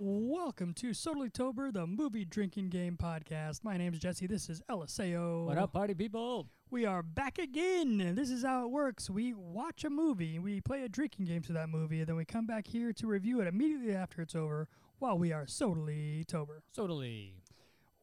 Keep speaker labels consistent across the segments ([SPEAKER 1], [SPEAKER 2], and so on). [SPEAKER 1] Welcome to Soberly Tober, the movie drinking game podcast. My name's Jesse. This is LSAO.
[SPEAKER 2] What up, party people?
[SPEAKER 1] We are back again. This is how it works. We watch a movie, we play a drinking game to that movie, and then we come back here to review it immediately after it's over while we are Soberly Tober.
[SPEAKER 2] Sodally.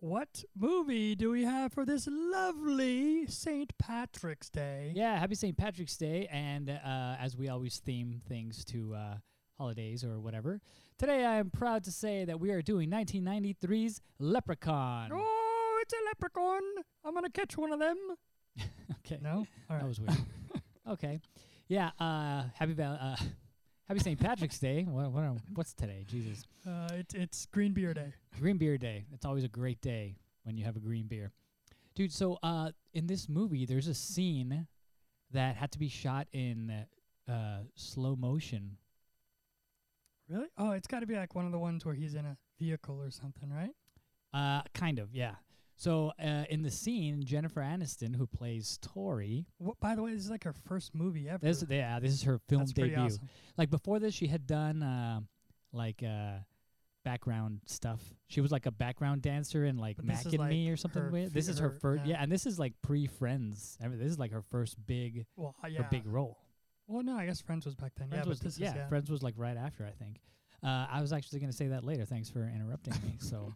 [SPEAKER 1] What movie do we have for this lovely St. Patrick's Day?
[SPEAKER 2] Yeah, happy St. Patrick's Day. And uh, as we always theme things to uh, holidays or whatever, today I am proud to say that we are doing 1993's Leprechaun.
[SPEAKER 1] Oh, it's a leprechaun. I'm going to catch one of them.
[SPEAKER 2] Okay.
[SPEAKER 1] No? All
[SPEAKER 2] That
[SPEAKER 1] right.
[SPEAKER 2] was weird. okay. Yeah, uh, happy val- uh, Happy St. Patrick's Day. What, what, are- what's today? Jesus.
[SPEAKER 1] Uh, it, it's Green Beer Day.
[SPEAKER 2] Green beer day. It's always a great day when you have a green beer. Dude, so uh, in this movie, there's a scene that had to be shot in uh, slow motion.
[SPEAKER 1] Really? Oh, it's got to be like one of the ones where he's in a vehicle or something, right?
[SPEAKER 2] Uh, kind of, yeah. So uh, in the scene, Jennifer Aniston, who plays Tori,
[SPEAKER 1] What, by the way, this is like her first movie ever.
[SPEAKER 2] this yeah, this is her film
[SPEAKER 1] Mm. That's pretty
[SPEAKER 2] debut.
[SPEAKER 1] awesome.
[SPEAKER 2] Like before this, she had done uh, like uh, background stuff. She was like a background dancer in like
[SPEAKER 1] But this
[SPEAKER 2] Mac
[SPEAKER 1] is
[SPEAKER 2] and
[SPEAKER 1] like
[SPEAKER 2] Me or something.
[SPEAKER 1] her
[SPEAKER 2] weird. this
[SPEAKER 1] fi-
[SPEAKER 2] is her
[SPEAKER 1] her-
[SPEAKER 2] first,
[SPEAKER 1] yeah.
[SPEAKER 2] yeah. and this is like pre-Friends. I mean, this is like her first big
[SPEAKER 1] Well, uh,
[SPEAKER 2] her
[SPEAKER 1] yeah.
[SPEAKER 2] big role.
[SPEAKER 1] well, no, I guess Friends was back then.
[SPEAKER 2] Friends
[SPEAKER 1] yeah,
[SPEAKER 2] was
[SPEAKER 1] but this
[SPEAKER 2] yeah,
[SPEAKER 1] is yeah.
[SPEAKER 2] Friends was like right after I think. Uh, I was actually going to say that later. Thanks for interrupting me. So,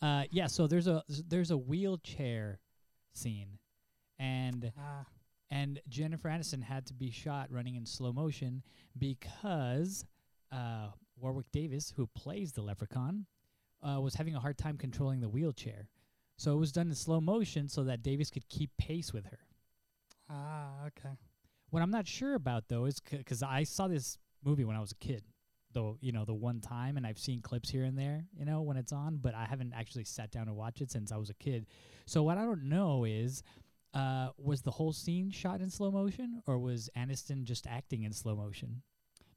[SPEAKER 2] uh, yeah, so there's a there's a wheelchair scene, and
[SPEAKER 1] Ah,
[SPEAKER 2] and Jennifer Aniston had to be shot running in slow motion because uh, Warwick Davis, who plays the leprechaun, uh, was having a hard time controlling the wheelchair. So it was done in slow motion so that Davis could keep pace with her.
[SPEAKER 1] ah, okay.
[SPEAKER 2] What I'm not sure about though is because I saw this movie when I was a kid, though you know the one time, and I've seen clips here and there, you know, when it's on, but I haven't actually sat down to watch it since I was a kid. So what I don't know is, uh, was the whole scene shot in slow motion, or was Aniston just acting in slow motion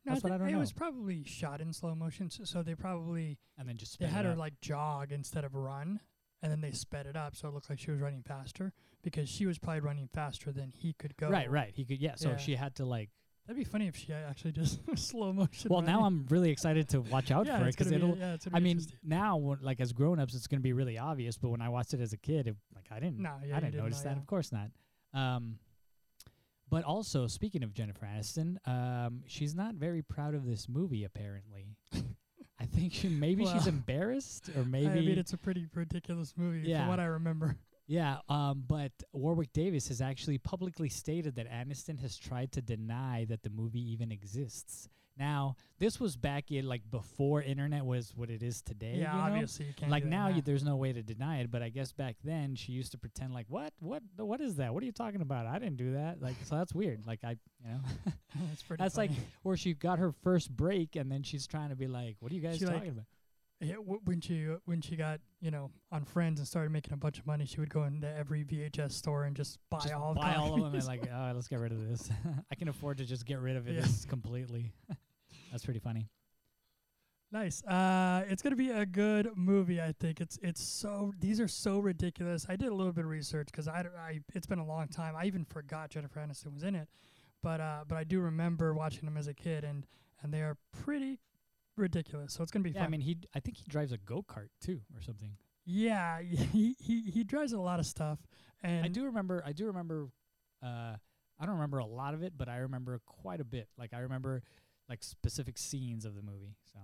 [SPEAKER 1] No,
[SPEAKER 2] That's what I
[SPEAKER 1] think
[SPEAKER 2] don't
[SPEAKER 1] it
[SPEAKER 2] know.
[SPEAKER 1] was probably shot in slow motion, so, so they probably
[SPEAKER 2] and then just
[SPEAKER 1] they
[SPEAKER 2] sped
[SPEAKER 1] had
[SPEAKER 2] it
[SPEAKER 1] her
[SPEAKER 2] up?
[SPEAKER 1] like jog instead of run, and then they sped it up so it looked like she was running faster because she was probably running faster than he could go.
[SPEAKER 2] right, right? He could, yeah. So
[SPEAKER 1] Yeah.
[SPEAKER 2] she had to like.
[SPEAKER 1] That'd be funny if she actually just slow motion.
[SPEAKER 2] Well, now
[SPEAKER 1] running.
[SPEAKER 2] I'm really excited to watch out
[SPEAKER 1] yeah,
[SPEAKER 2] for it
[SPEAKER 1] it's gonna
[SPEAKER 2] because
[SPEAKER 1] be-
[SPEAKER 2] it'll.
[SPEAKER 1] yeah, it's gonna
[SPEAKER 2] I
[SPEAKER 1] be
[SPEAKER 2] mean,
[SPEAKER 1] interesting.
[SPEAKER 2] now, when- like as grown-ups, it's going to be really obvious. But when I watched it as a kid, it, like I didn't,
[SPEAKER 1] No, yeah, you
[SPEAKER 2] I didn't,
[SPEAKER 1] didn't
[SPEAKER 2] notice
[SPEAKER 1] know,
[SPEAKER 2] that.
[SPEAKER 1] yeah.
[SPEAKER 2] Of course not. Um, but also, speaking of Jennifer Aniston, um, she's not very proud of this movie. Apparently, I think she maybe she's
[SPEAKER 1] Well,
[SPEAKER 2] embarrassed, or
[SPEAKER 1] I-
[SPEAKER 2] maybe
[SPEAKER 1] I mean, it's a pretty ridiculous movie
[SPEAKER 2] Yeah.
[SPEAKER 1] from what I remember.
[SPEAKER 2] yeah. Um, but Warwick Davis has actually publicly stated that Aniston has tried to deny that the movie even exists. Now, this was back in like before internet was what it is today.
[SPEAKER 1] yeah,
[SPEAKER 2] Eh, you know?
[SPEAKER 1] obviously you can't.
[SPEAKER 2] like
[SPEAKER 1] do that
[SPEAKER 2] now, You, there's no way to deny it but i guess back then she used to pretend like what what what is that what are you talking about i didn't do that like so that's weird like i you know
[SPEAKER 1] that's pretty.
[SPEAKER 2] that's like
[SPEAKER 1] funny.
[SPEAKER 2] where she got her first break and then she's trying to be like what are you guys
[SPEAKER 1] She, like,
[SPEAKER 2] talking about
[SPEAKER 1] Yeah, w- when she uh, when she got you know on Friends and started making a bunch of money, she would go into every VHS store and just buy
[SPEAKER 2] just
[SPEAKER 1] all
[SPEAKER 2] buy all of them and
[SPEAKER 1] copies.
[SPEAKER 2] like all right let's get rid of this i can afford to just get rid of it
[SPEAKER 1] Yeah.
[SPEAKER 2] this completely that's pretty funny
[SPEAKER 1] nice. Uh, it's gonna be a good movie, I think. It's it's so these are so ridiculous. I did a little bit of research because I, don't- I it's been a long time. I even forgot Jennifer Aniston was in it, but uh, but I do remember watching them as a kid and and they are pretty ridiculous. So it's gonna be
[SPEAKER 2] yeah
[SPEAKER 1] fun.
[SPEAKER 2] i mean he i think he drives a go-kart too or something
[SPEAKER 1] Yeah, he, he he drives a lot of stuff, and
[SPEAKER 2] i do remember i do remember uh i don't remember a lot of it but i remember quite a bit like i remember like specific scenes of the movie so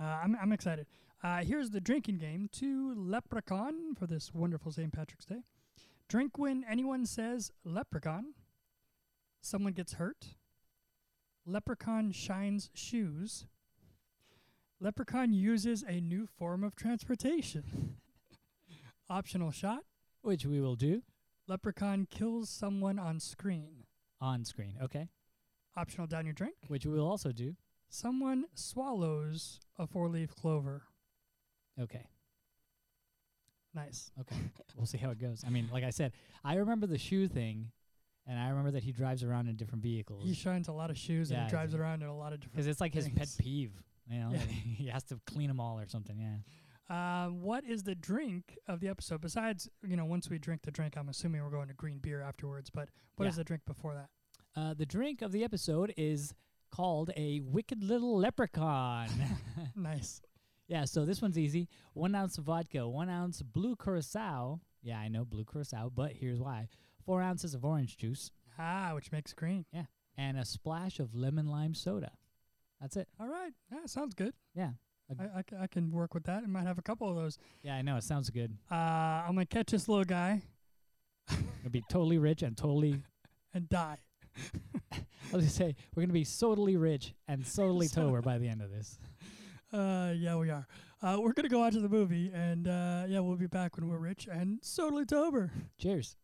[SPEAKER 1] uh, I'm I'm excited. Uh, here's the drinking game to Leprechaun for this wonderful St. Patrick's Day. Drink when anyone says Leprechaun. Someone gets hurt. Leprechaun shines shoes. Leprechaun uses a new form of transportation. Optional shot.
[SPEAKER 2] which we will do
[SPEAKER 1] Leprechaun kills someone on screen.
[SPEAKER 2] on screen. Okay,
[SPEAKER 1] Optional down your drink.
[SPEAKER 2] which we will also do.
[SPEAKER 1] Someone swallows a four leaf clover.
[SPEAKER 2] Okay,
[SPEAKER 1] Nice.
[SPEAKER 2] okay, we'll see how it goes. I mean, like I said, I remember the shoe thing, and I remember that he drives around in different
[SPEAKER 1] He
[SPEAKER 2] vehicles
[SPEAKER 1] shines a lot of shoes and
[SPEAKER 2] Yeah,
[SPEAKER 1] he drives
[SPEAKER 2] he-
[SPEAKER 1] around in a lot of different.
[SPEAKER 2] because it's like his pet
[SPEAKER 1] Thanks.
[SPEAKER 2] peeve. You know,
[SPEAKER 1] Yeah.
[SPEAKER 2] that he has to clean them all or something. Yeah.
[SPEAKER 1] Uh, what is the drink of the episode besides you know once we drink the drink? I'm assuming we're going to green beer afterwards, but what is
[SPEAKER 2] Yeah.
[SPEAKER 1] the drink before that?
[SPEAKER 2] Uh, the drink of the episode is called a wicked little leprechaun.
[SPEAKER 1] Nice.
[SPEAKER 2] Yeah, so this one's easy. One ounce of vodka, one ounce blue curacao. Yeah, I know blue curacao, but here's why. Four ounces of orange juice
[SPEAKER 1] Ah, which makes green.
[SPEAKER 2] and a splash of lemon lime soda. That's it.
[SPEAKER 1] All right. Yeah, sounds good.
[SPEAKER 2] Yeah.
[SPEAKER 1] I, I, ca- I can work with that. I might have a couple of those.
[SPEAKER 2] Yeah, I know. It sounds good.
[SPEAKER 1] Uh, I'm going to catch this little guy
[SPEAKER 2] We'll be totally rich and totally.
[SPEAKER 1] and die.
[SPEAKER 2] I was gonna say we're gonna be totally rich and totally
[SPEAKER 1] So-
[SPEAKER 2] tober by the end of this.
[SPEAKER 1] Uh, yeah, we are. Uh, we're going to go out to the movie, and uh, yeah, we'll be back when we're rich and totally sober.
[SPEAKER 2] Cheers.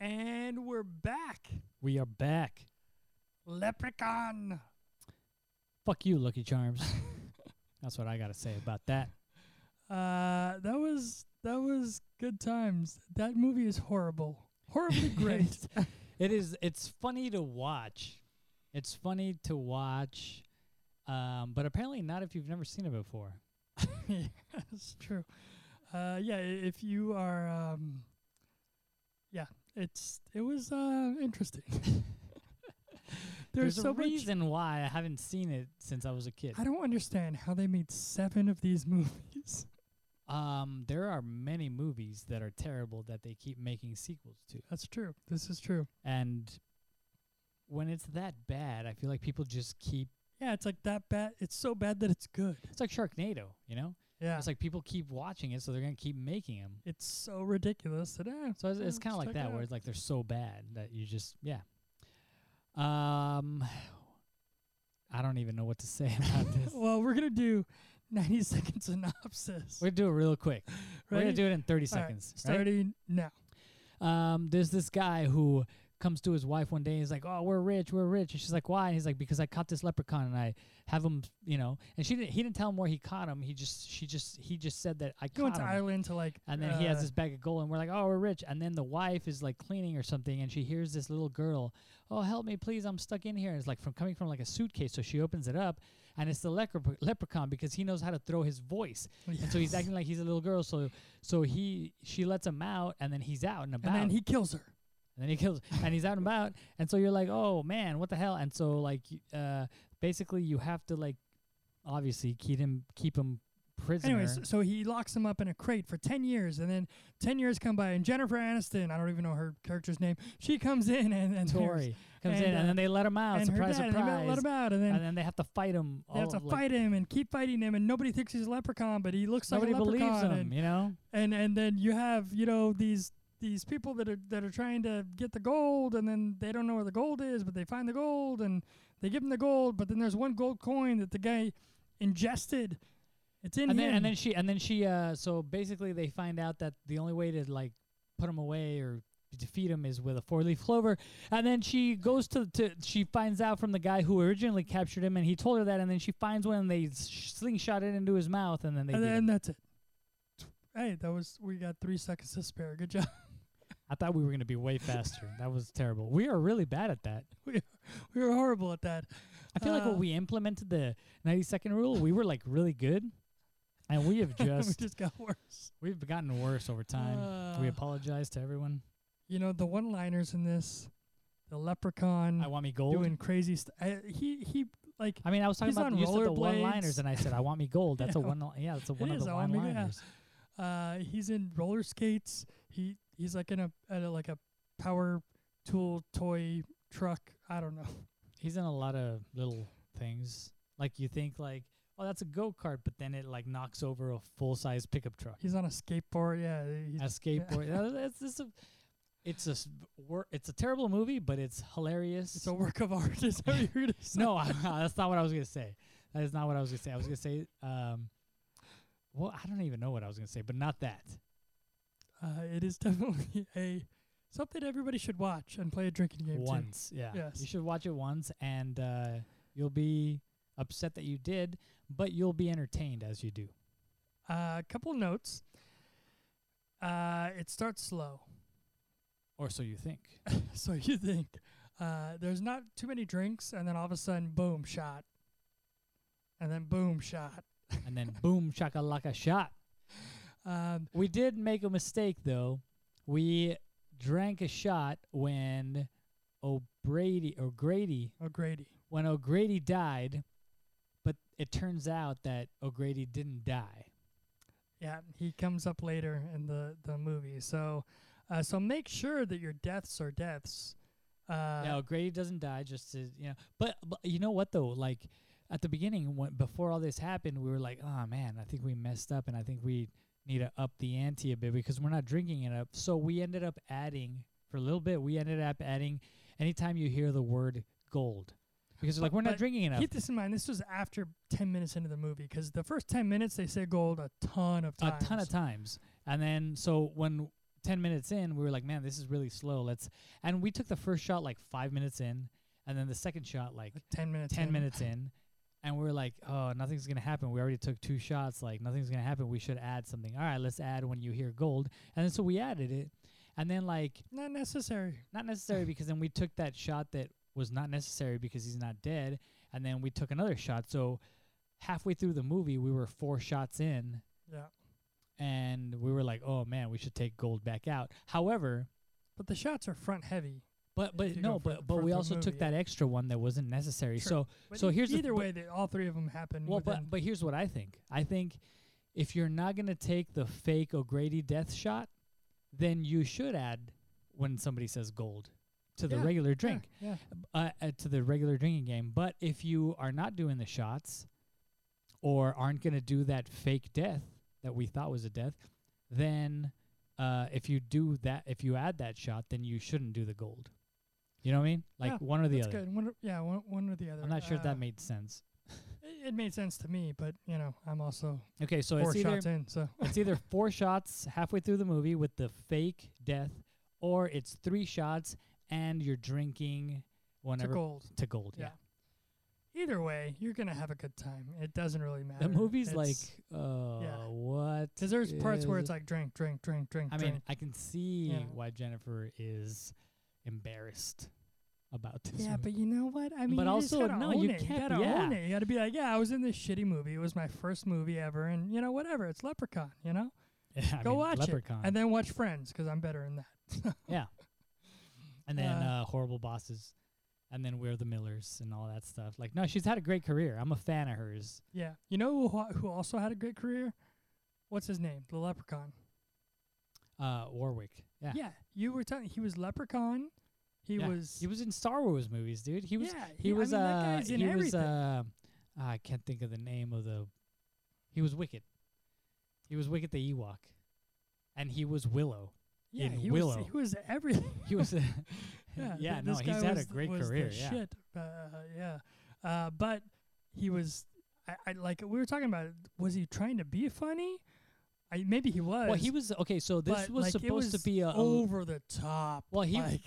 [SPEAKER 1] And we're back.
[SPEAKER 2] We are back.
[SPEAKER 1] Leprechaun.
[SPEAKER 2] Fuck you, Lucky Charms. That's what I gotta say about that.
[SPEAKER 1] Uh, that was that was good times. That movie is horrible. Horribly great.
[SPEAKER 2] It is. It's funny to watch. It's funny to watch, um, but apparently not if you've never seen it before.
[SPEAKER 1] yeah, it's true. Uh, yeah, i- if you are, um, yeah, it's it was uh, interesting. There's,
[SPEAKER 2] There's,
[SPEAKER 1] so
[SPEAKER 2] a
[SPEAKER 1] much.
[SPEAKER 2] reason why I haven't seen it since I was a kid.
[SPEAKER 1] I don't understand how they made seven of these movies.
[SPEAKER 2] Um, there are many movies that are terrible that they keep making sequels to,
[SPEAKER 1] That's true. This is true.
[SPEAKER 2] and when it's that bad, I feel like people just keep.
[SPEAKER 1] Yeah, it's like that bad. It's so bad that it's good.
[SPEAKER 2] It's like Sharknado, you know.
[SPEAKER 1] Yeah,
[SPEAKER 2] It's like people keep watching it, so they're gonna keep making them.
[SPEAKER 1] it's so ridiculous that eh,
[SPEAKER 2] So it's,
[SPEAKER 1] yeah,
[SPEAKER 2] it's kind of
[SPEAKER 1] let's
[SPEAKER 2] like
[SPEAKER 1] check it
[SPEAKER 2] that, where
[SPEAKER 1] out.
[SPEAKER 2] it's like they're so bad that you just yeah. Um, I don't even know what to say about this.
[SPEAKER 1] well, we're gonna do ninety second synopsis.
[SPEAKER 2] We're gonna do it real quick. We're gonna
[SPEAKER 1] Ready?
[SPEAKER 2] do it in thirty
[SPEAKER 1] All right,
[SPEAKER 2] seconds. right?
[SPEAKER 1] starting now.
[SPEAKER 2] Um, there's this guy who comes to his wife one day and he's like, "Oh, we're rich, we're rich," and she's like, "Why?" And he's like, "Because I caught this leprechaun and I have him, you know." And she didn't. He didn't tell him where he caught him. He just she just he just said that I
[SPEAKER 1] He went
[SPEAKER 2] caught
[SPEAKER 1] to
[SPEAKER 2] him.
[SPEAKER 1] Ireland to like,
[SPEAKER 2] And then he
[SPEAKER 1] uh,
[SPEAKER 2] has this bag of gold, and we're like, "Oh, we're rich." And then the wife is like cleaning or something, and she hears this little girl, "Oh, help me, please! I'm stuck in here." And it's like from coming from like a suitcase, so she opens it up, and it's the lepre- leprechaun because he knows how to throw his voice,
[SPEAKER 1] uh,
[SPEAKER 2] and so he's acting like he's a little girl. So, so he she lets him out, and then he's out and about,
[SPEAKER 1] and then he kills her.
[SPEAKER 2] and then he kills, and he's out and about, and so you're like, "Oh man, what the hell?" And so like, y- uh, basically you have to like, obviously keep him keep him prisoner.
[SPEAKER 1] Anyways, so he locks him up in a crate for 10 years, and then 10 years come by, and Jennifer Aniston, I don't even know her character's name, she comes in and, and there's-
[SPEAKER 2] Tori comes
[SPEAKER 1] and,
[SPEAKER 2] in,
[SPEAKER 1] uh,
[SPEAKER 2] and then they let him out.
[SPEAKER 1] and
[SPEAKER 2] surprise,
[SPEAKER 1] her dad,
[SPEAKER 2] surprise.
[SPEAKER 1] And they let him out, and then
[SPEAKER 2] and then they have to fight him.
[SPEAKER 1] they have
[SPEAKER 2] all,
[SPEAKER 1] to
[SPEAKER 2] like,
[SPEAKER 1] fight him and keep fighting him, and nobody thinks he's a leprechaun, but he looks
[SPEAKER 2] Nobody
[SPEAKER 1] like a
[SPEAKER 2] believes
[SPEAKER 1] leprechaun.
[SPEAKER 2] him, you know.
[SPEAKER 1] And, and and then you have you know these these people that are that are trying to get the gold, and then they don't know where the gold is, but they find the gold, and they give him the gold, but then there's one gold coin that the guy ingested. It's in
[SPEAKER 2] And
[SPEAKER 1] him.
[SPEAKER 2] then and then she and then she. Uh, so basically, they find out that the only way to like put him away or defeat him is with a four-leaf clover. And then she goes to to she finds out from the guy who originally captured him, and he told her that. And then she finds one, and they sh- slingshot it into his mouth, and then they.
[SPEAKER 1] and
[SPEAKER 2] beat
[SPEAKER 1] then
[SPEAKER 2] him.
[SPEAKER 1] that's it. Hey, that was we got three seconds to spare. Good job.
[SPEAKER 2] I thought we were gonna be way faster. that was terrible. We are really bad at that.
[SPEAKER 1] We were horrible at that.
[SPEAKER 2] I feel like
[SPEAKER 1] Uh,
[SPEAKER 2] when we implemented the 90 second rule, we were like really good. And we have
[SPEAKER 1] we
[SPEAKER 2] just
[SPEAKER 1] just got worse.
[SPEAKER 2] we've gotten worse over time. we
[SPEAKER 1] Uh,
[SPEAKER 2] apologize to everyone.
[SPEAKER 1] you know the one-liners in this, the leprechaun
[SPEAKER 2] I want me gold.
[SPEAKER 1] doing crazy stuff. He he like
[SPEAKER 2] I mean, I was talking
[SPEAKER 1] he's
[SPEAKER 2] about
[SPEAKER 1] on
[SPEAKER 2] the use of the
[SPEAKER 1] rollerblades.
[SPEAKER 2] one liners, and I said I want me gold. That's a
[SPEAKER 1] Yeah.
[SPEAKER 2] one. li- Yeah, that's a one
[SPEAKER 1] is,
[SPEAKER 2] of the
[SPEAKER 1] I want
[SPEAKER 2] one
[SPEAKER 1] me- yeah.
[SPEAKER 2] liners.
[SPEAKER 1] uh he's in roller skates. He he's like in a, at a like a power tool toy truck. I don't know.
[SPEAKER 2] He's in a lot of little things. Like you think like, oh, that's a go kart, but then it like knocks over a full size pickup truck.
[SPEAKER 1] He's on a skateboard. Yeah, he's
[SPEAKER 2] A skateboard. Uh, it's just a. It's a s- wor- it's a terrible movie, but it's hilarious.
[SPEAKER 1] it's a work of art. Is that what you're gonna say?
[SPEAKER 2] no, that's not what I was gonna say. That is not what I was gonna say. I was gonna say, um, well, I don't even know what I was gonna say, but not that.
[SPEAKER 1] Uh, it is definitely a something everybody should watch and play a drinking game to.
[SPEAKER 2] once, yeah.
[SPEAKER 1] Yes.
[SPEAKER 2] You should watch it once, and uh, you'll be upset that you did, but you'll be entertained as you do.
[SPEAKER 1] A couple notes. Uh, it starts slow,
[SPEAKER 2] Or so you think.
[SPEAKER 1] so you think uh, there's not too many drinks, and then all of a sudden, boom, shot, and then boom, shot.
[SPEAKER 2] and then boom, shakalaka shot.
[SPEAKER 1] Um,
[SPEAKER 2] We did make a mistake though. We drank a shot when O'Brady O'Grady
[SPEAKER 1] O'Grady.
[SPEAKER 2] when O'Grady died, but it turns out that O'Grady didn't die.
[SPEAKER 1] Yeah, he comes up later in the the movie. So, uh, so make sure that your deaths are deaths. Uh,
[SPEAKER 2] yeah, O'Grady doesn't die. Just to, you know, but, but you know what though? Like at the beginning, when, before all this happened, we were like, oh man, I think we messed up, and I think we need to up the ante a bit because we're not drinking it up. So we ended up adding for a little bit. We ended up adding anytime you hear the word gold. Because they're
[SPEAKER 1] But-
[SPEAKER 2] like we're
[SPEAKER 1] but
[SPEAKER 2] not drinking enough.
[SPEAKER 1] Keep this in mind. This was after ten minutes into the movie because the first ten minutes they say gold a ton of times.
[SPEAKER 2] a ton of times. And then so when ten minutes in, we were like, man, this is really slow. Let's and we took the first shot like five minutes in, and then the second shot like
[SPEAKER 1] Like ten minutes.
[SPEAKER 2] ten
[SPEAKER 1] in.
[SPEAKER 2] minutes in, and we were like, oh, nothing's gonna happen. We already took two shots. Like nothing's gonna happen. We should add something. All right, let's add when you hear gold. And then so we added it, and then like
[SPEAKER 1] Not necessary.
[SPEAKER 2] not necessary because then we took that shot that was not necessary because he's not dead, and then we took another shot. So halfway through the movie, we were four shots in
[SPEAKER 1] Yeah.
[SPEAKER 2] and we were like, "Oh man, we should take gold back out." However,
[SPEAKER 1] But the shots are front heavy.
[SPEAKER 2] but
[SPEAKER 1] If
[SPEAKER 2] but
[SPEAKER 1] you go
[SPEAKER 2] no,
[SPEAKER 1] for the-
[SPEAKER 2] but but
[SPEAKER 1] for
[SPEAKER 2] we
[SPEAKER 1] the
[SPEAKER 2] also
[SPEAKER 1] movie,
[SPEAKER 2] took that extra one that wasn't necessary.
[SPEAKER 1] Sure. But
[SPEAKER 2] So
[SPEAKER 1] e-
[SPEAKER 2] here's the-
[SPEAKER 1] either
[SPEAKER 2] but-
[SPEAKER 1] way that all three of them happen.
[SPEAKER 2] So well,
[SPEAKER 1] within-
[SPEAKER 2] but but here's what I think. I think if you're not gonna take the fake O'Grady death shot, then you should add when somebody says gold to the
[SPEAKER 1] Yeah,
[SPEAKER 2] regular
[SPEAKER 1] yeah,
[SPEAKER 2] drink
[SPEAKER 1] Yeah.
[SPEAKER 2] uh, uh, to the regular drinking game. But if you are not doing the shots or aren't going to do that fake death that we thought was a death, then uh, if you do that, if you add that shot, then you shouldn't do the gold. You know what I mean? Like
[SPEAKER 1] Yeah,
[SPEAKER 2] one or the
[SPEAKER 1] That's
[SPEAKER 2] other.
[SPEAKER 1] good. One, or- yeah, one, one or the other.
[SPEAKER 2] I'm not sure if
[SPEAKER 1] Uh,
[SPEAKER 2] that made sense.
[SPEAKER 1] It, it made sense to me, but you know, I'm also
[SPEAKER 2] Okay, so
[SPEAKER 1] four
[SPEAKER 2] it's either
[SPEAKER 1] shots in. So
[SPEAKER 2] it's either four shots halfway through the movie with the fake death, or it's three shots and you're drinking
[SPEAKER 1] to
[SPEAKER 2] whenever
[SPEAKER 1] gold.
[SPEAKER 2] to gold.
[SPEAKER 1] Yeah. Either way, you're gonna have a good time. It doesn't really matter.
[SPEAKER 2] The movie's like,
[SPEAKER 1] It's-
[SPEAKER 2] uh, what?
[SPEAKER 1] Because there's parts where
[SPEAKER 2] is
[SPEAKER 1] it's like drink, drink, drink, drink,
[SPEAKER 2] I
[SPEAKER 1] drink.
[SPEAKER 2] mean, I can see
[SPEAKER 1] Yeah.
[SPEAKER 2] why Jennifer is embarrassed about this.
[SPEAKER 1] yeah,
[SPEAKER 2] movie.
[SPEAKER 1] but you know what? I mean,
[SPEAKER 2] But
[SPEAKER 1] you just
[SPEAKER 2] also,
[SPEAKER 1] gotta
[SPEAKER 2] no,
[SPEAKER 1] own
[SPEAKER 2] you
[SPEAKER 1] it.
[SPEAKER 2] can't-
[SPEAKER 1] gotta own
[SPEAKER 2] yeah.
[SPEAKER 1] it. You gotta be like, yeah, I was in this shitty movie. It was my first movie ever, and you know, whatever. It's Leprechaun. You know,
[SPEAKER 2] Yeah, I
[SPEAKER 1] go
[SPEAKER 2] mean,
[SPEAKER 1] watch
[SPEAKER 2] Leprechaun.
[SPEAKER 1] it, and then watch Friends because I'm better in that.
[SPEAKER 2] yeah, and then
[SPEAKER 1] Uh,
[SPEAKER 2] uh, horrible bosses, and then we're the Millers and all that stuff. Like, no, she's had a great career. I'm a fan of hers.
[SPEAKER 1] Yeah, you know who who also had a great career? What's his name? The Leprechaun.
[SPEAKER 2] Uh, Warwick. Yeah,
[SPEAKER 1] Yeah, you were telling he was Leprechaun. He
[SPEAKER 2] Yeah.
[SPEAKER 1] was.
[SPEAKER 2] he was in Star Wars movies, dude. He was.
[SPEAKER 1] yeah,
[SPEAKER 2] He was.
[SPEAKER 1] I mean,
[SPEAKER 2] uh,
[SPEAKER 1] that guy's in
[SPEAKER 2] he was.
[SPEAKER 1] everything.
[SPEAKER 2] Uh, I can't think of the name of the. He was Wicked. He was Wicked the Ewok, and he was Willow.
[SPEAKER 1] yeah,
[SPEAKER 2] in
[SPEAKER 1] he
[SPEAKER 2] Willow.
[SPEAKER 1] was. He was everything.
[SPEAKER 2] He was. yeah,
[SPEAKER 1] yeah, th-
[SPEAKER 2] no,
[SPEAKER 1] this
[SPEAKER 2] he's
[SPEAKER 1] guy
[SPEAKER 2] had a
[SPEAKER 1] was-
[SPEAKER 2] great
[SPEAKER 1] was the
[SPEAKER 2] career. Yeah.
[SPEAKER 1] Shit, uh, yeah, uh, but he was. I, I like we were talking about. it, Was he trying to be funny? I, maybe he was.
[SPEAKER 2] Well, he was okay. So this
[SPEAKER 1] but,
[SPEAKER 2] was
[SPEAKER 1] like, it
[SPEAKER 2] supposed
[SPEAKER 1] was
[SPEAKER 2] to be a. a-
[SPEAKER 1] over the top.
[SPEAKER 2] well, he.
[SPEAKER 1] like,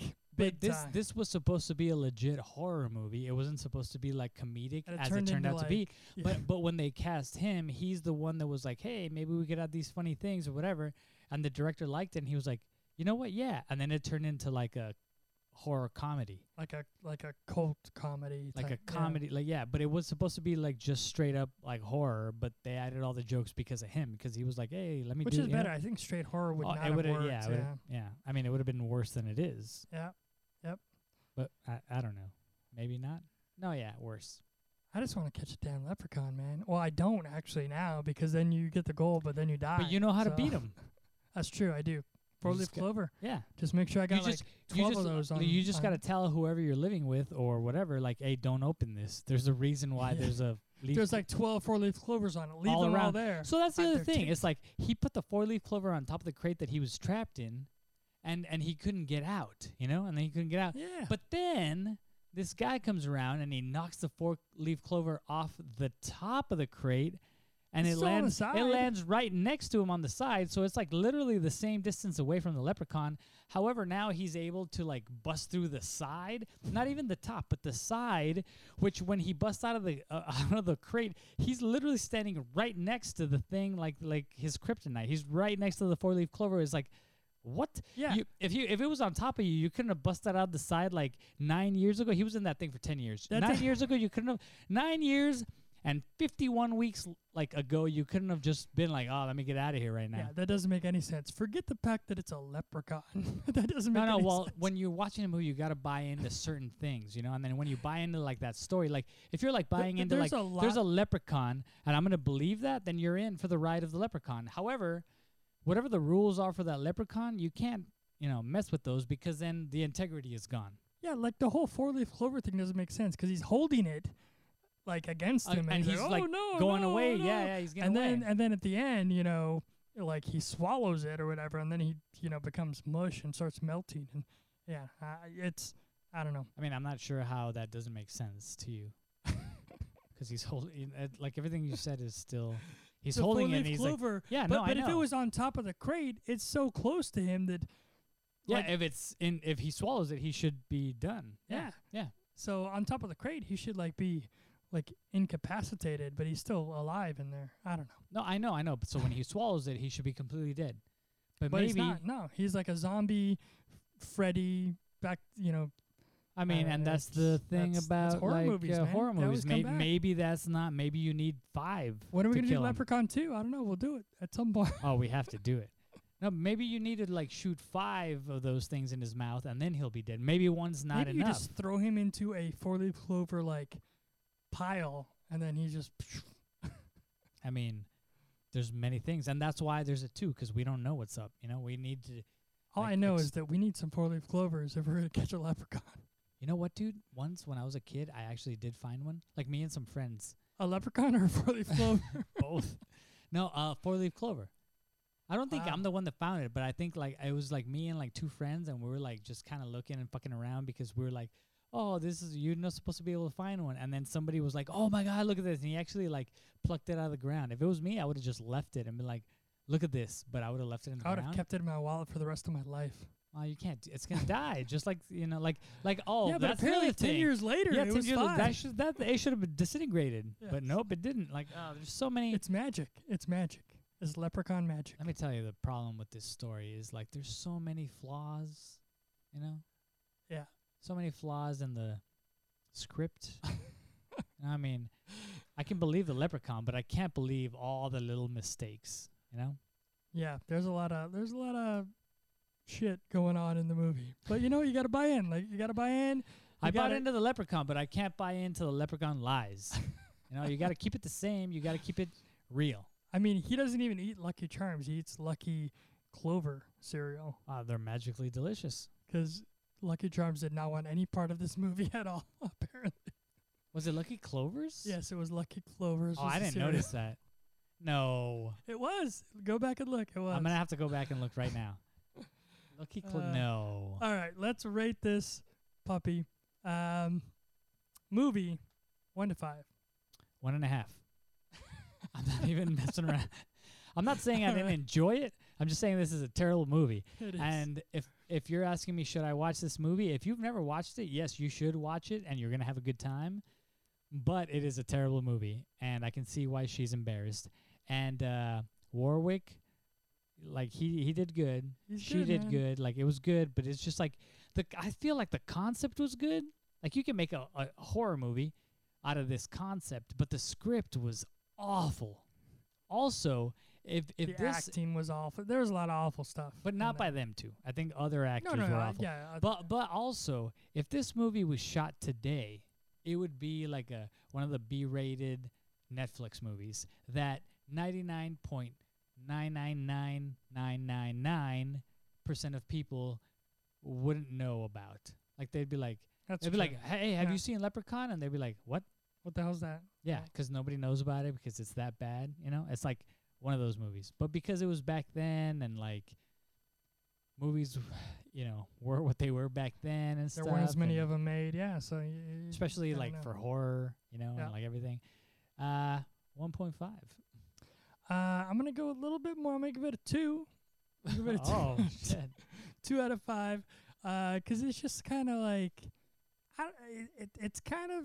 [SPEAKER 1] big
[SPEAKER 2] but this
[SPEAKER 1] time.
[SPEAKER 2] this was supposed to be a legit horror movie. It wasn't supposed to be like comedic
[SPEAKER 1] And it
[SPEAKER 2] as
[SPEAKER 1] turned
[SPEAKER 2] it turned
[SPEAKER 1] into,
[SPEAKER 2] out to be.
[SPEAKER 1] yeah.
[SPEAKER 2] But but when they cast him, he's the one that was like, "Hey, maybe we could add these funny things or whatever." And the director liked it, and he was like, "You know what? Yeah." And then it turned into like a horror comedy,
[SPEAKER 1] like a like a cult comedy,
[SPEAKER 2] like
[SPEAKER 1] type,
[SPEAKER 2] a
[SPEAKER 1] yeah.
[SPEAKER 2] comedy, like yeah. But it was supposed to be like just straight up like horror, but they added all the jokes because of him, because he was like, "Hey, let me
[SPEAKER 1] which
[SPEAKER 2] do
[SPEAKER 1] is
[SPEAKER 2] you know?
[SPEAKER 1] better. I think straight horror would
[SPEAKER 2] Oh,
[SPEAKER 1] not have
[SPEAKER 2] would've-
[SPEAKER 1] worked.
[SPEAKER 2] yeah,
[SPEAKER 1] Yeah,
[SPEAKER 2] it would've- yeah. I mean, it would have been worse than it is,
[SPEAKER 1] yeah.
[SPEAKER 2] but I, I don't know. Maybe not. No, yeah, worse.
[SPEAKER 1] I just want to catch a damn leprechaun, man. Well, I don't actually now because then you get the gold, but then you die.
[SPEAKER 2] But you know how to
[SPEAKER 1] so-
[SPEAKER 2] beat them.
[SPEAKER 1] That's true. I do. Four leaf
[SPEAKER 2] just got-
[SPEAKER 1] clover.
[SPEAKER 2] Yeah.
[SPEAKER 1] Just make sure I got
[SPEAKER 2] you
[SPEAKER 1] like
[SPEAKER 2] just, you
[SPEAKER 1] 12
[SPEAKER 2] just,
[SPEAKER 1] of those
[SPEAKER 2] you
[SPEAKER 1] on-
[SPEAKER 2] just
[SPEAKER 1] on-
[SPEAKER 2] gotta tell whoever you're living with or whatever, like, hey, don't open this. There's a reason why
[SPEAKER 1] Yeah.
[SPEAKER 2] there's a leaf.
[SPEAKER 1] There's like 12 four leaf clovers on it. Leave
[SPEAKER 2] All
[SPEAKER 1] them all
[SPEAKER 2] around.
[SPEAKER 1] there.
[SPEAKER 2] so that's the
[SPEAKER 1] uh,
[SPEAKER 2] other
[SPEAKER 1] they're
[SPEAKER 2] thing.
[SPEAKER 1] taped.
[SPEAKER 2] It's like he put the four leaf clover on top of the crate that he was trapped in, and and he couldn't get out, you know, and then he couldn't get out.
[SPEAKER 1] yeah.
[SPEAKER 2] But then this guy comes around and he knocks the four leaf clover off the top of the crate and
[SPEAKER 1] It's
[SPEAKER 2] it
[SPEAKER 1] still on the
[SPEAKER 2] lands
[SPEAKER 1] side.
[SPEAKER 2] it lands right next to him on the side so it's like literally the same distance away from the leprechaun however now he's able to like bust through the side not even the top but the side which when he busts out of the uh, out of the crate he's literally standing right next to the thing like like his kryptonite he's right next to the four leaf clover is like what
[SPEAKER 1] yeah.
[SPEAKER 2] you, if you if it was on top of you, you couldn't have busted out the side like nine years ago. He was in that thing for ten years.
[SPEAKER 1] That's
[SPEAKER 2] nine
[SPEAKER 1] a-
[SPEAKER 2] years ago, you couldn't have nine years, And 51 weeks l- like ago, you couldn't have just been like, "Oh, let me get out of here right now."
[SPEAKER 1] Yeah, that doesn't make any sense. Forget the fact that it's a leprechaun. that doesn't make
[SPEAKER 2] No, no.
[SPEAKER 1] any
[SPEAKER 2] Well,
[SPEAKER 1] sense.
[SPEAKER 2] when you're watching a movie, you gotta buy into certain things, you know. And then when you buy into like that story, like if you're like buying
[SPEAKER 1] th-
[SPEAKER 2] into
[SPEAKER 1] there's
[SPEAKER 2] like
[SPEAKER 1] a
[SPEAKER 2] there's a
[SPEAKER 1] lot-
[SPEAKER 2] leprechaun, and I'm gonna believe that, then you're in for the ride of the leprechaun. However, whatever the rules are for that leprechaun, you can't you know mess with those because then the integrity is gone.
[SPEAKER 1] yeah, like the whole four leaf clover thing doesn't make sense because he's holding it like against
[SPEAKER 2] Uh,
[SPEAKER 1] him,
[SPEAKER 2] and
[SPEAKER 1] he's,
[SPEAKER 2] he's,
[SPEAKER 1] like,
[SPEAKER 2] like,
[SPEAKER 1] "Oh no,
[SPEAKER 2] going
[SPEAKER 1] no,
[SPEAKER 2] away,
[SPEAKER 1] no."
[SPEAKER 2] yeah, yeah, he's going
[SPEAKER 1] and
[SPEAKER 2] away.
[SPEAKER 1] then and then at the end, you know, like he swallows it or whatever, and then he you know becomes mush and starts melting, and yeah, uh, it's I don't know.
[SPEAKER 2] I mean, I'm not sure how that doesn't make sense to you, because he's holding uh, like everything you said is still he's
[SPEAKER 1] The
[SPEAKER 2] holding it.
[SPEAKER 1] four-leaf
[SPEAKER 2] And he's like,
[SPEAKER 1] clover,
[SPEAKER 2] yeah,
[SPEAKER 1] but
[SPEAKER 2] no, I
[SPEAKER 1] but
[SPEAKER 2] know.
[SPEAKER 1] if it was on top of the crate, it's so close to him that
[SPEAKER 2] yeah,
[SPEAKER 1] like-
[SPEAKER 2] if it's in if he swallows it, he should be done.
[SPEAKER 1] yeah,
[SPEAKER 2] yeah.
[SPEAKER 1] So on top of the crate, he should like be like incapacitated, but he's still alive in there. I don't know.
[SPEAKER 2] No, I know, I know. But so when he swallows it, he should be completely dead. But,
[SPEAKER 1] But he's
[SPEAKER 2] maybe
[SPEAKER 1] not. No, he's like a zombie, Freddy. Back, you know,
[SPEAKER 2] I mean,
[SPEAKER 1] Uh,
[SPEAKER 2] and that's
[SPEAKER 1] that's-
[SPEAKER 2] the thing
[SPEAKER 1] that's-
[SPEAKER 2] about
[SPEAKER 1] that's horror
[SPEAKER 2] like
[SPEAKER 1] movies,
[SPEAKER 2] uh,
[SPEAKER 1] man.
[SPEAKER 2] horror
[SPEAKER 1] They always
[SPEAKER 2] movies.
[SPEAKER 1] come
[SPEAKER 2] May-
[SPEAKER 1] back.
[SPEAKER 2] maybe that's not. Maybe you need five.
[SPEAKER 1] when are we
[SPEAKER 2] to
[SPEAKER 1] gonna do
[SPEAKER 2] kill 'em.
[SPEAKER 1] Leprechaun two? I don't know. We'll do it at some point.
[SPEAKER 2] Oh, we have to do it. No, maybe you need to like shoot five of those things in his mouth, and then he'll be dead. Maybe one's not
[SPEAKER 1] Maybe you
[SPEAKER 2] enough.
[SPEAKER 1] just throw him into a four leaf clover like pile, and then he just
[SPEAKER 2] I mean, there's many things, and that's why there's a two because we don't know what's up. You know, we need to.
[SPEAKER 1] All
[SPEAKER 2] Like,
[SPEAKER 1] I know
[SPEAKER 2] it's-
[SPEAKER 1] is that we need some four leaf clovers if we're gonna catch a leprechaun.
[SPEAKER 2] You know what, dude? Once when I was a kid, I actually did find one. Like me and some friends,
[SPEAKER 1] A leprechaun or a four leaf clover?
[SPEAKER 2] both. no, uh, four leaf clover. I don't think
[SPEAKER 1] Wow.
[SPEAKER 2] I'm the one that found it, but I think like it was like me and like two friends, and we were like just kind of looking and fucking around because we were like, "Oh, this is you're not supposed to be able to find one." And then somebody was like, "Oh my god, look at this!" And he actually like plucked it out of the ground. If it was me, I would have just left it and been like, "Look at this," but I would have left it in the
[SPEAKER 1] I would have
[SPEAKER 2] ground.
[SPEAKER 1] kept it in my wallet for the rest of my life.
[SPEAKER 2] Oh, you can't. It's gonna die. Just like you know, like like oh,
[SPEAKER 1] yeah, but
[SPEAKER 2] that's
[SPEAKER 1] apparently
[SPEAKER 2] another
[SPEAKER 1] ten
[SPEAKER 2] thing.
[SPEAKER 1] years later,
[SPEAKER 2] yeah,
[SPEAKER 1] it
[SPEAKER 2] 10
[SPEAKER 1] was
[SPEAKER 2] years later,
[SPEAKER 1] fine.
[SPEAKER 2] that should that it should have been disintegrated, but
[SPEAKER 1] Yes.
[SPEAKER 2] nope, it didn't. Like oh, there's so many.
[SPEAKER 1] It's magic. It's magic. It's leprechaun magic.
[SPEAKER 2] Let me tell you, the problem with this story is like there's so many flaws, you know.
[SPEAKER 1] Yeah.
[SPEAKER 2] So many flaws in the script. I mean, I can believe the leprechaun, but I can't believe all the little mistakes. You know.
[SPEAKER 1] Yeah, there's a lot of there's a lot of shit going on in the movie. But you know, you gotta buy in. Like you gotta buy in. You
[SPEAKER 2] I bought
[SPEAKER 1] gotta-
[SPEAKER 2] into the leprechaun, but I can't buy into the leprechaun lies. you know, you got to keep it the same. You got to keep it real.
[SPEAKER 1] I mean, he doesn't even eat Lucky Charms. He eats Lucky Clover cereal
[SPEAKER 2] Uh, they're magically delicious.
[SPEAKER 1] 'cause Lucky Charms did not want any part of this movie at all. Apparently,
[SPEAKER 2] Was it Lucky Clovers?
[SPEAKER 1] yes, it was Lucky Clovers.
[SPEAKER 2] Oh,
[SPEAKER 1] was
[SPEAKER 2] I
[SPEAKER 1] the
[SPEAKER 2] didn't
[SPEAKER 1] cereal.
[SPEAKER 2] notice that. No.
[SPEAKER 1] It was. Go back and look. It was.
[SPEAKER 2] I'm going to have to go back and look right now. Lucky Clovers.
[SPEAKER 1] Uh,
[SPEAKER 2] no.
[SPEAKER 1] All right, let's rate this puppy. Um, movie, one to five.
[SPEAKER 2] One and a half. I'm not even messing around. I'm not saying I didn't
[SPEAKER 1] Alright.
[SPEAKER 2] enjoy it. I'm just saying this is a terrible movie.
[SPEAKER 1] It is.
[SPEAKER 2] And if if you're asking me should I watch this movie, if you've never watched it, yes, you should watch it and you're going to have a good time. But it is a terrible movie and I can see why she's embarrassed. And uh Warwick like he he did good.
[SPEAKER 1] He's
[SPEAKER 2] she did
[SPEAKER 1] man.
[SPEAKER 2] good. Like it was good, but it's just like the I feel like the concept was good. Like you can make a, a horror movie out of this concept, but the script was awful. Also, if if
[SPEAKER 1] The
[SPEAKER 2] this
[SPEAKER 1] acting was awful. There was a lot of awful stuff.
[SPEAKER 2] but
[SPEAKER 1] in
[SPEAKER 2] not by
[SPEAKER 1] that.
[SPEAKER 2] them too. I think other actors
[SPEAKER 1] No, no, no.
[SPEAKER 2] were
[SPEAKER 1] I-
[SPEAKER 2] awful.
[SPEAKER 1] Yeah. I-
[SPEAKER 2] But but also, if this movie was shot today, it would be like a one of the B-rated Netflix movies that 99.999999% of people wouldn't know about. Like they'd be like
[SPEAKER 1] that's
[SPEAKER 2] they'd be
[SPEAKER 1] true.
[SPEAKER 2] like, "Hey, have
[SPEAKER 1] Yeah.
[SPEAKER 2] you seen Leprechaun?" and they'd be like, "What?"
[SPEAKER 1] what the hell's that?
[SPEAKER 2] Yeah,
[SPEAKER 1] Yeah.
[SPEAKER 2] 'cause nobody knows about it because it's that bad, you know? It's like one of those movies. But because it was back then and like movies, you know, were what they were back then
[SPEAKER 1] There
[SPEAKER 2] and stuff.
[SPEAKER 1] weren't as many
[SPEAKER 2] and
[SPEAKER 1] of them made. Yeah. So y- y-
[SPEAKER 2] Especially
[SPEAKER 1] I don't
[SPEAKER 2] like
[SPEAKER 1] know.
[SPEAKER 2] for horror, you know,
[SPEAKER 1] Yeah.
[SPEAKER 2] and like everything. Uh, 1.5.
[SPEAKER 1] Uh, I'm gonna go a little bit more. I'm gonna give it a two. I'm gonna give it a two.
[SPEAKER 2] oh, shit.
[SPEAKER 1] two out of five because it's just kind of like I, it, it, it's kind of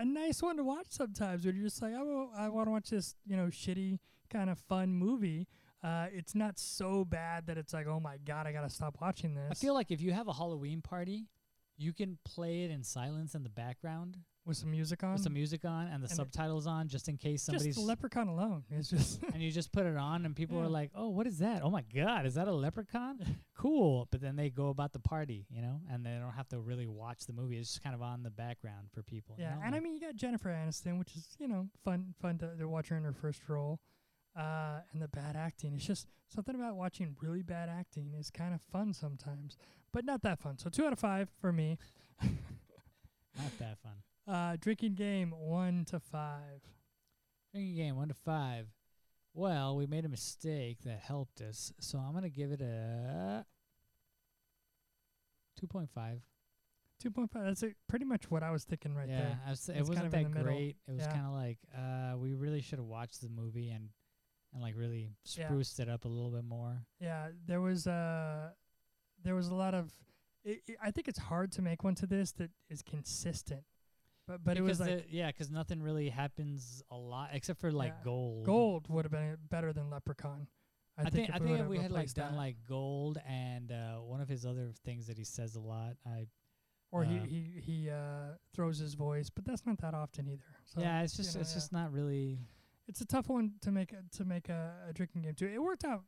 [SPEAKER 1] a nice one to watch sometimes when you're just like I, wa- I want to watch this you know shitty kind of fun movie uh, it's not so bad that it's like oh my god i gotta stop watching this
[SPEAKER 2] I feel like if you have a Halloween party, you can play it in silence in the background
[SPEAKER 1] with some music on.
[SPEAKER 2] with some music on and the
[SPEAKER 1] Um, and it-
[SPEAKER 2] subtitles on, just in case
[SPEAKER 1] just
[SPEAKER 2] somebody's
[SPEAKER 1] the leprechaun alone. It's just
[SPEAKER 2] and you just put it on and people
[SPEAKER 1] Yeah.
[SPEAKER 2] are like, "Oh, what is that? Oh my god, is that a leprechaun?" cool, but then they go about the party, you know, and they don't have to really watch the movie. It's just kind of on the background for people. you
[SPEAKER 1] yeah.
[SPEAKER 2] know,
[SPEAKER 1] And I
[SPEAKER 2] like-
[SPEAKER 1] mean, you got Jennifer Aniston, which is you know fun fun to, to watch her in her first role, uh, and the bad acting. It's just something about watching really bad acting is kind of fun sometimes, but not that fun. So two out of five for me.
[SPEAKER 2] not that fun.
[SPEAKER 1] Uh, drinking game one to five.
[SPEAKER 2] Drinking game one to five. Well, we made a mistake that helped us, so I'm gonna give it a two point five.
[SPEAKER 1] Two point five. That's it, pretty much what I was thinking right
[SPEAKER 2] yeah,
[SPEAKER 1] there.
[SPEAKER 2] I was, it
[SPEAKER 1] It's kind
[SPEAKER 2] wasn't
[SPEAKER 1] of in
[SPEAKER 2] that
[SPEAKER 1] the middle.
[SPEAKER 2] great. It was
[SPEAKER 1] Yeah.
[SPEAKER 2] kind of like uh, we really should have watched the movie and and like really
[SPEAKER 1] Yeah.
[SPEAKER 2] spruced it up a little bit more.
[SPEAKER 1] Yeah, there was uh there was a lot of. It, it, I think it's hard to make one to this that is consistent, but but it was
[SPEAKER 2] Because
[SPEAKER 1] like
[SPEAKER 2] the- yeah, 'cause nothing really happens a lot except for like
[SPEAKER 1] Yeah.
[SPEAKER 2] gold.
[SPEAKER 1] gold would have been better than leprechaun. I,
[SPEAKER 2] I think I think if
[SPEAKER 1] would've
[SPEAKER 2] we had like
[SPEAKER 1] replaced
[SPEAKER 2] done
[SPEAKER 1] that,
[SPEAKER 2] like gold and uh, one of his other things that he says a lot. I
[SPEAKER 1] or
[SPEAKER 2] uh,
[SPEAKER 1] he he he uh, throws his voice, but that's not that often either. So
[SPEAKER 2] yeah, it's
[SPEAKER 1] Oh, you
[SPEAKER 2] just
[SPEAKER 1] know,
[SPEAKER 2] it's
[SPEAKER 1] yeah.
[SPEAKER 2] just not really.
[SPEAKER 1] it's a tough one to make a, to make a, a drinking game too. It worked out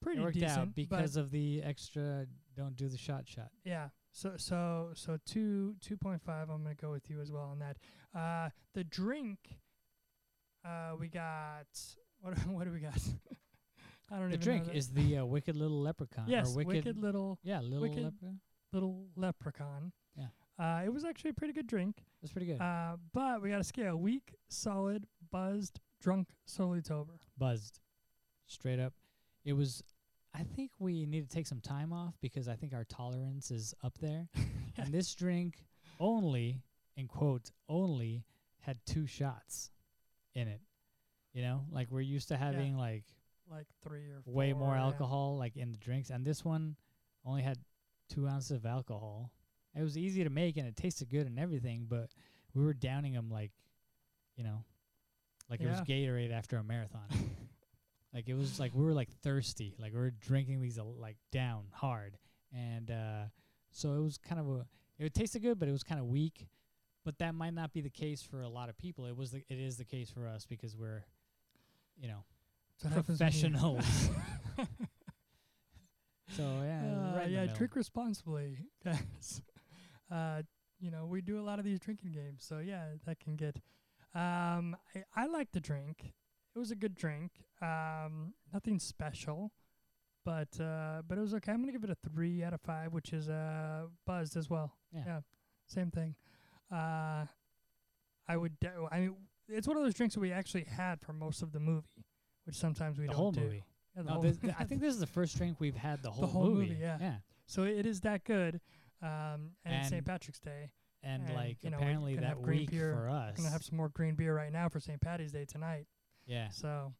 [SPEAKER 1] pretty
[SPEAKER 2] it worked
[SPEAKER 1] decent
[SPEAKER 2] out
[SPEAKER 1] but
[SPEAKER 2] because of the extra don't do the shot shot.
[SPEAKER 1] Yeah. So so so two two point five. I'm gonna go with you as well on that. Uh, the drink. Uh, we got what? do- What do we got? I don't
[SPEAKER 2] The
[SPEAKER 1] even
[SPEAKER 2] drink
[SPEAKER 1] know that-
[SPEAKER 2] is the uh, wicked little leprechaun.
[SPEAKER 1] yes,
[SPEAKER 2] or wicked,
[SPEAKER 1] wicked, little
[SPEAKER 2] yeah, little
[SPEAKER 1] wicked-
[SPEAKER 2] leprechaun.
[SPEAKER 1] little leprechaun.
[SPEAKER 2] Yeah.
[SPEAKER 1] Uh, it was actually a pretty good drink.
[SPEAKER 2] That's pretty good.
[SPEAKER 1] Uh, but we got a scale: weak, solid, buzzed, drunk, solely sober.
[SPEAKER 2] buzzed straight up it was i think we need to take some time off because i think our tolerance is up there and this drink only in quotes only had two shots in it you know like we're used to having like
[SPEAKER 1] Like three or
[SPEAKER 2] way more
[SPEAKER 1] four, yeah.
[SPEAKER 2] alcohol like in the drinks and this one only had two ounces of alcohol it was easy to make and it tasted good and everything but we were downing 'em like you know like it was
[SPEAKER 1] Yeah.
[SPEAKER 2] gatorade after a marathon like it was like we were like thirsty like we were drinking these uh, like down hard and uh so it was kind of a it tasted good but it was kind of weak but that might not be the case for a lot of people it was the, it is the case for us because we're you know
[SPEAKER 1] So it happens when you-
[SPEAKER 2] professionals. so yeah,
[SPEAKER 1] Uh,
[SPEAKER 2] right in the
[SPEAKER 1] yeah,
[SPEAKER 2] middle.
[SPEAKER 1] drink responsibly, guys. Uh, you know, we do a lot of these drinking games, so yeah, that can get. Um, I, I like the drink. It was a good drink. Um, nothing special, but uh, but it was okay. I'm gonna give it a three out of five, which is uh buzzed as well.
[SPEAKER 2] Yeah.
[SPEAKER 1] same thing. Uh, I would. De- I mean, it's one of those drinks that we actually had for most of the movie, which sometimes we
[SPEAKER 2] the
[SPEAKER 1] don't
[SPEAKER 2] whole
[SPEAKER 1] do.
[SPEAKER 2] movie.
[SPEAKER 1] Yeah, the
[SPEAKER 2] No,
[SPEAKER 1] whole-
[SPEAKER 2] this, th- I think this is the first drink we've had the whole,
[SPEAKER 1] whole movie, yeah.
[SPEAKER 2] yeah.
[SPEAKER 1] So it is that good. Um, and, it's St.
[SPEAKER 2] And
[SPEAKER 1] Patrick's Day.
[SPEAKER 2] And,
[SPEAKER 1] And,
[SPEAKER 2] like
[SPEAKER 1] you know, we
[SPEAKER 2] apparently
[SPEAKER 1] can
[SPEAKER 2] that
[SPEAKER 1] have green
[SPEAKER 2] week
[SPEAKER 1] beer,
[SPEAKER 2] for us,
[SPEAKER 1] We're gonna have some more green beer right now for St. Patty's Day tonight.
[SPEAKER 2] yeah,
[SPEAKER 1] So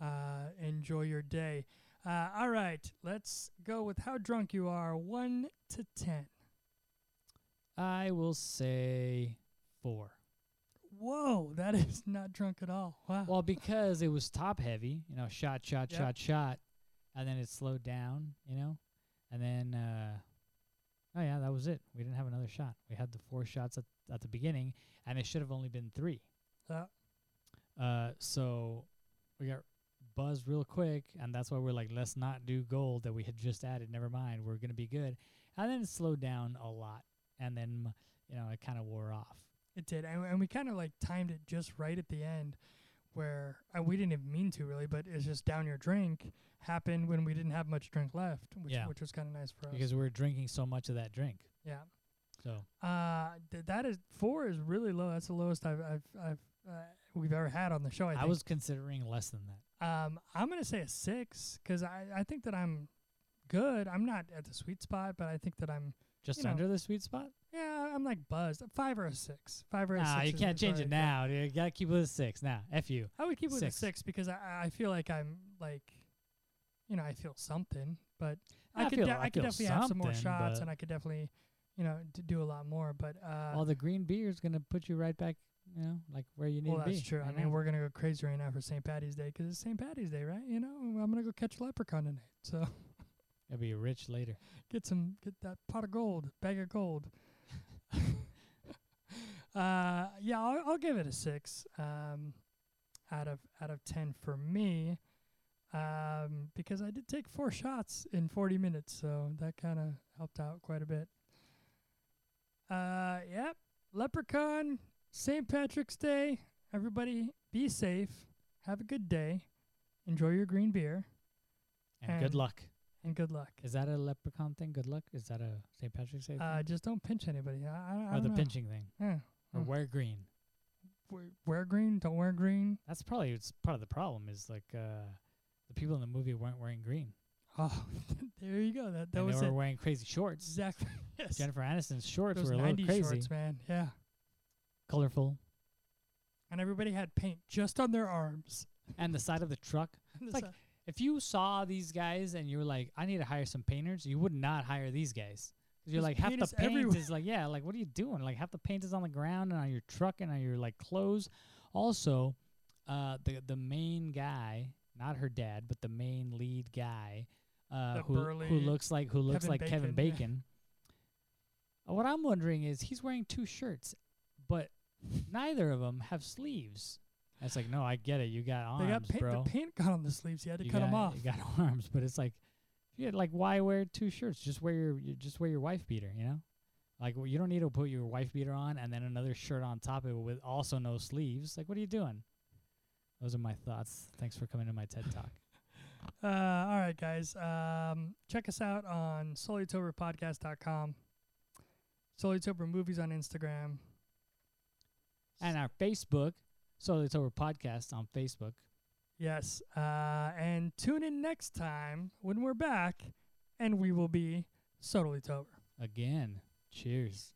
[SPEAKER 1] uh, enjoy your day. Uh, all right, let's go with how drunk you are. One to ten.
[SPEAKER 2] I will say four.
[SPEAKER 1] Whoa, that is not drunk at all. Wow.
[SPEAKER 2] Well, because it was top heavy, you know, shot, shot,
[SPEAKER 1] Yeah.
[SPEAKER 2] shot, shot, and then it slowed down, you know, and then uh, oh yeah, that was it. We didn't have another shot. We had the four shots at, at the beginning, and it should have only been three.
[SPEAKER 1] Yeah.
[SPEAKER 2] Uh, so we got buzzed real quick, and that's why we're like, let's not do gold that we had just added. Never mind, we're gonna be good. And then it slowed down a lot, and then you know it kind of wore off.
[SPEAKER 1] it did, and, and we kind of like timed it just right at the end, where uh, we didn't even mean to really, but it's just down your drink happened when we didn't have much drink left, which
[SPEAKER 2] Yeah.
[SPEAKER 1] which was kind of nice for us.
[SPEAKER 2] Because we were drinking so much of that drink,
[SPEAKER 1] yeah.
[SPEAKER 2] so
[SPEAKER 1] Uh, th- that is four is really low. That's the lowest I've I've, I've uh, we've ever had on the show. I,
[SPEAKER 2] I
[SPEAKER 1] think.
[SPEAKER 2] was considering less than that.
[SPEAKER 1] Um, I'm gonna say a six because I I think that I'm good. I'm not at the sweet spot, but I think that I'm
[SPEAKER 2] Just
[SPEAKER 1] You know,
[SPEAKER 2] under the sweet spot?
[SPEAKER 1] yeah I'm like buzzed. A Five or a six. Five or a
[SPEAKER 2] Nah,
[SPEAKER 1] six.
[SPEAKER 2] you
[SPEAKER 1] is-
[SPEAKER 2] can't
[SPEAKER 1] is
[SPEAKER 2] change
[SPEAKER 1] where
[SPEAKER 2] it
[SPEAKER 1] I'd go.
[SPEAKER 2] now, dude. You gotta keep it at six. Now, F you.
[SPEAKER 1] I would keep it with a
[SPEAKER 2] Six.
[SPEAKER 1] six because I I- I feel like I'm like, you know, I feel something, but I,
[SPEAKER 2] I
[SPEAKER 1] could
[SPEAKER 2] feel-
[SPEAKER 1] de-
[SPEAKER 2] I
[SPEAKER 1] I could
[SPEAKER 2] feel
[SPEAKER 1] definitely have some more
[SPEAKER 2] something,
[SPEAKER 1] shots
[SPEAKER 2] but-
[SPEAKER 1] and I could definitely, you know, d- do a lot more. But uh,
[SPEAKER 2] All the green beer's gonna put you right back, you know, like where you need
[SPEAKER 1] Well,
[SPEAKER 2] to be.
[SPEAKER 1] that's true. I
[SPEAKER 2] you
[SPEAKER 1] mean,
[SPEAKER 2] know?
[SPEAKER 1] we're gonna go crazy right now for St. Patty's Day 'cause it's St. Patty's Day, right? You know, and I'm gonna go catch a leprechaun tonight. So
[SPEAKER 2] You'll be rich later.
[SPEAKER 1] get some, get that pot of gold, bag of gold. Uh, yeah, I'll, I'll give it a six um, out of out of ten for me, um, because I did take four shots in forty minutes, so that kind of helped out quite a bit. Uh, yep, Leprechaun, St. Patrick's Day. Everybody, be safe. Have a good day. Enjoy your green beer
[SPEAKER 2] And, good
[SPEAKER 1] And-
[SPEAKER 2] luck.
[SPEAKER 1] and good luck.
[SPEAKER 2] Is that a leprechaun thing? Good luck. Is that a St. Patrick's Day?
[SPEAKER 1] Uh,
[SPEAKER 2] thing?
[SPEAKER 1] just don't pinch anybody. I, I, I
[SPEAKER 2] or
[SPEAKER 1] don't
[SPEAKER 2] the
[SPEAKER 1] know.
[SPEAKER 2] pinching thing?
[SPEAKER 1] Yeah.
[SPEAKER 2] Or
[SPEAKER 1] Mm.
[SPEAKER 2] wear green?
[SPEAKER 1] Wear- Wear green. Don't wear green.
[SPEAKER 2] That's probably it's part of the problem. Is like uh, the people in the movie weren't wearing green.
[SPEAKER 1] Oh, there you go. That that
[SPEAKER 2] and
[SPEAKER 1] was
[SPEAKER 2] they
[SPEAKER 1] it.
[SPEAKER 2] were wearing crazy shorts.
[SPEAKER 1] Exactly. Yes.
[SPEAKER 2] Jennifer Aniston's shorts
[SPEAKER 1] Those
[SPEAKER 2] were a little
[SPEAKER 1] 90s
[SPEAKER 2] crazy,
[SPEAKER 1] shorts, man. Yeah.
[SPEAKER 2] colorful,
[SPEAKER 1] And everybody had paint just on their arms.
[SPEAKER 2] and the side of the truck.
[SPEAKER 1] It's
[SPEAKER 2] like- If you saw these guys and you were like, "I need to hire some painters," you would not hire these guys. 'Cause You're
[SPEAKER 1] There's
[SPEAKER 2] like half the
[SPEAKER 1] painters
[SPEAKER 2] paint
[SPEAKER 1] everywhere.
[SPEAKER 2] is like yeah like what are you doing like half the paint is on the ground and on your truck and on your like clothes. Also, uh, the the main guy, not her dad, but the main lead guy, uh,
[SPEAKER 1] The
[SPEAKER 2] who who
[SPEAKER 1] burly
[SPEAKER 2] looks like who looks
[SPEAKER 1] Kevin
[SPEAKER 2] like Kevin
[SPEAKER 1] Bacon, yeah.
[SPEAKER 2] Bacon. Uh, What I'm wondering is he's wearing two shirts, but neither of them have sleeves. That's like no, I get it. You got arms,
[SPEAKER 1] they got paint.
[SPEAKER 2] bro.
[SPEAKER 1] The paint got on the sleeves. You had to
[SPEAKER 2] You
[SPEAKER 1] cut 'em
[SPEAKER 2] got-
[SPEAKER 1] off.
[SPEAKER 2] You got arms, but it's like, yeah, like why wear two shirts? Just wear your you- just wear your wife beater, you know. Like well, you don't need to put your wife beater on and then another shirt on top of it with also no sleeves. Like what are you doing? Those are my thoughts. Thanks for coming to my TED talk.
[SPEAKER 1] Uh, all right, guys. Um, check us out on solitoberpodcast.com, Solitober Movies on Instagram.
[SPEAKER 2] and our Facebook, so it's over podcast on Facebook.
[SPEAKER 1] Yes. Uh, and tune in next time when we're back, and we will be Totally Tober.
[SPEAKER 2] Again, cheers.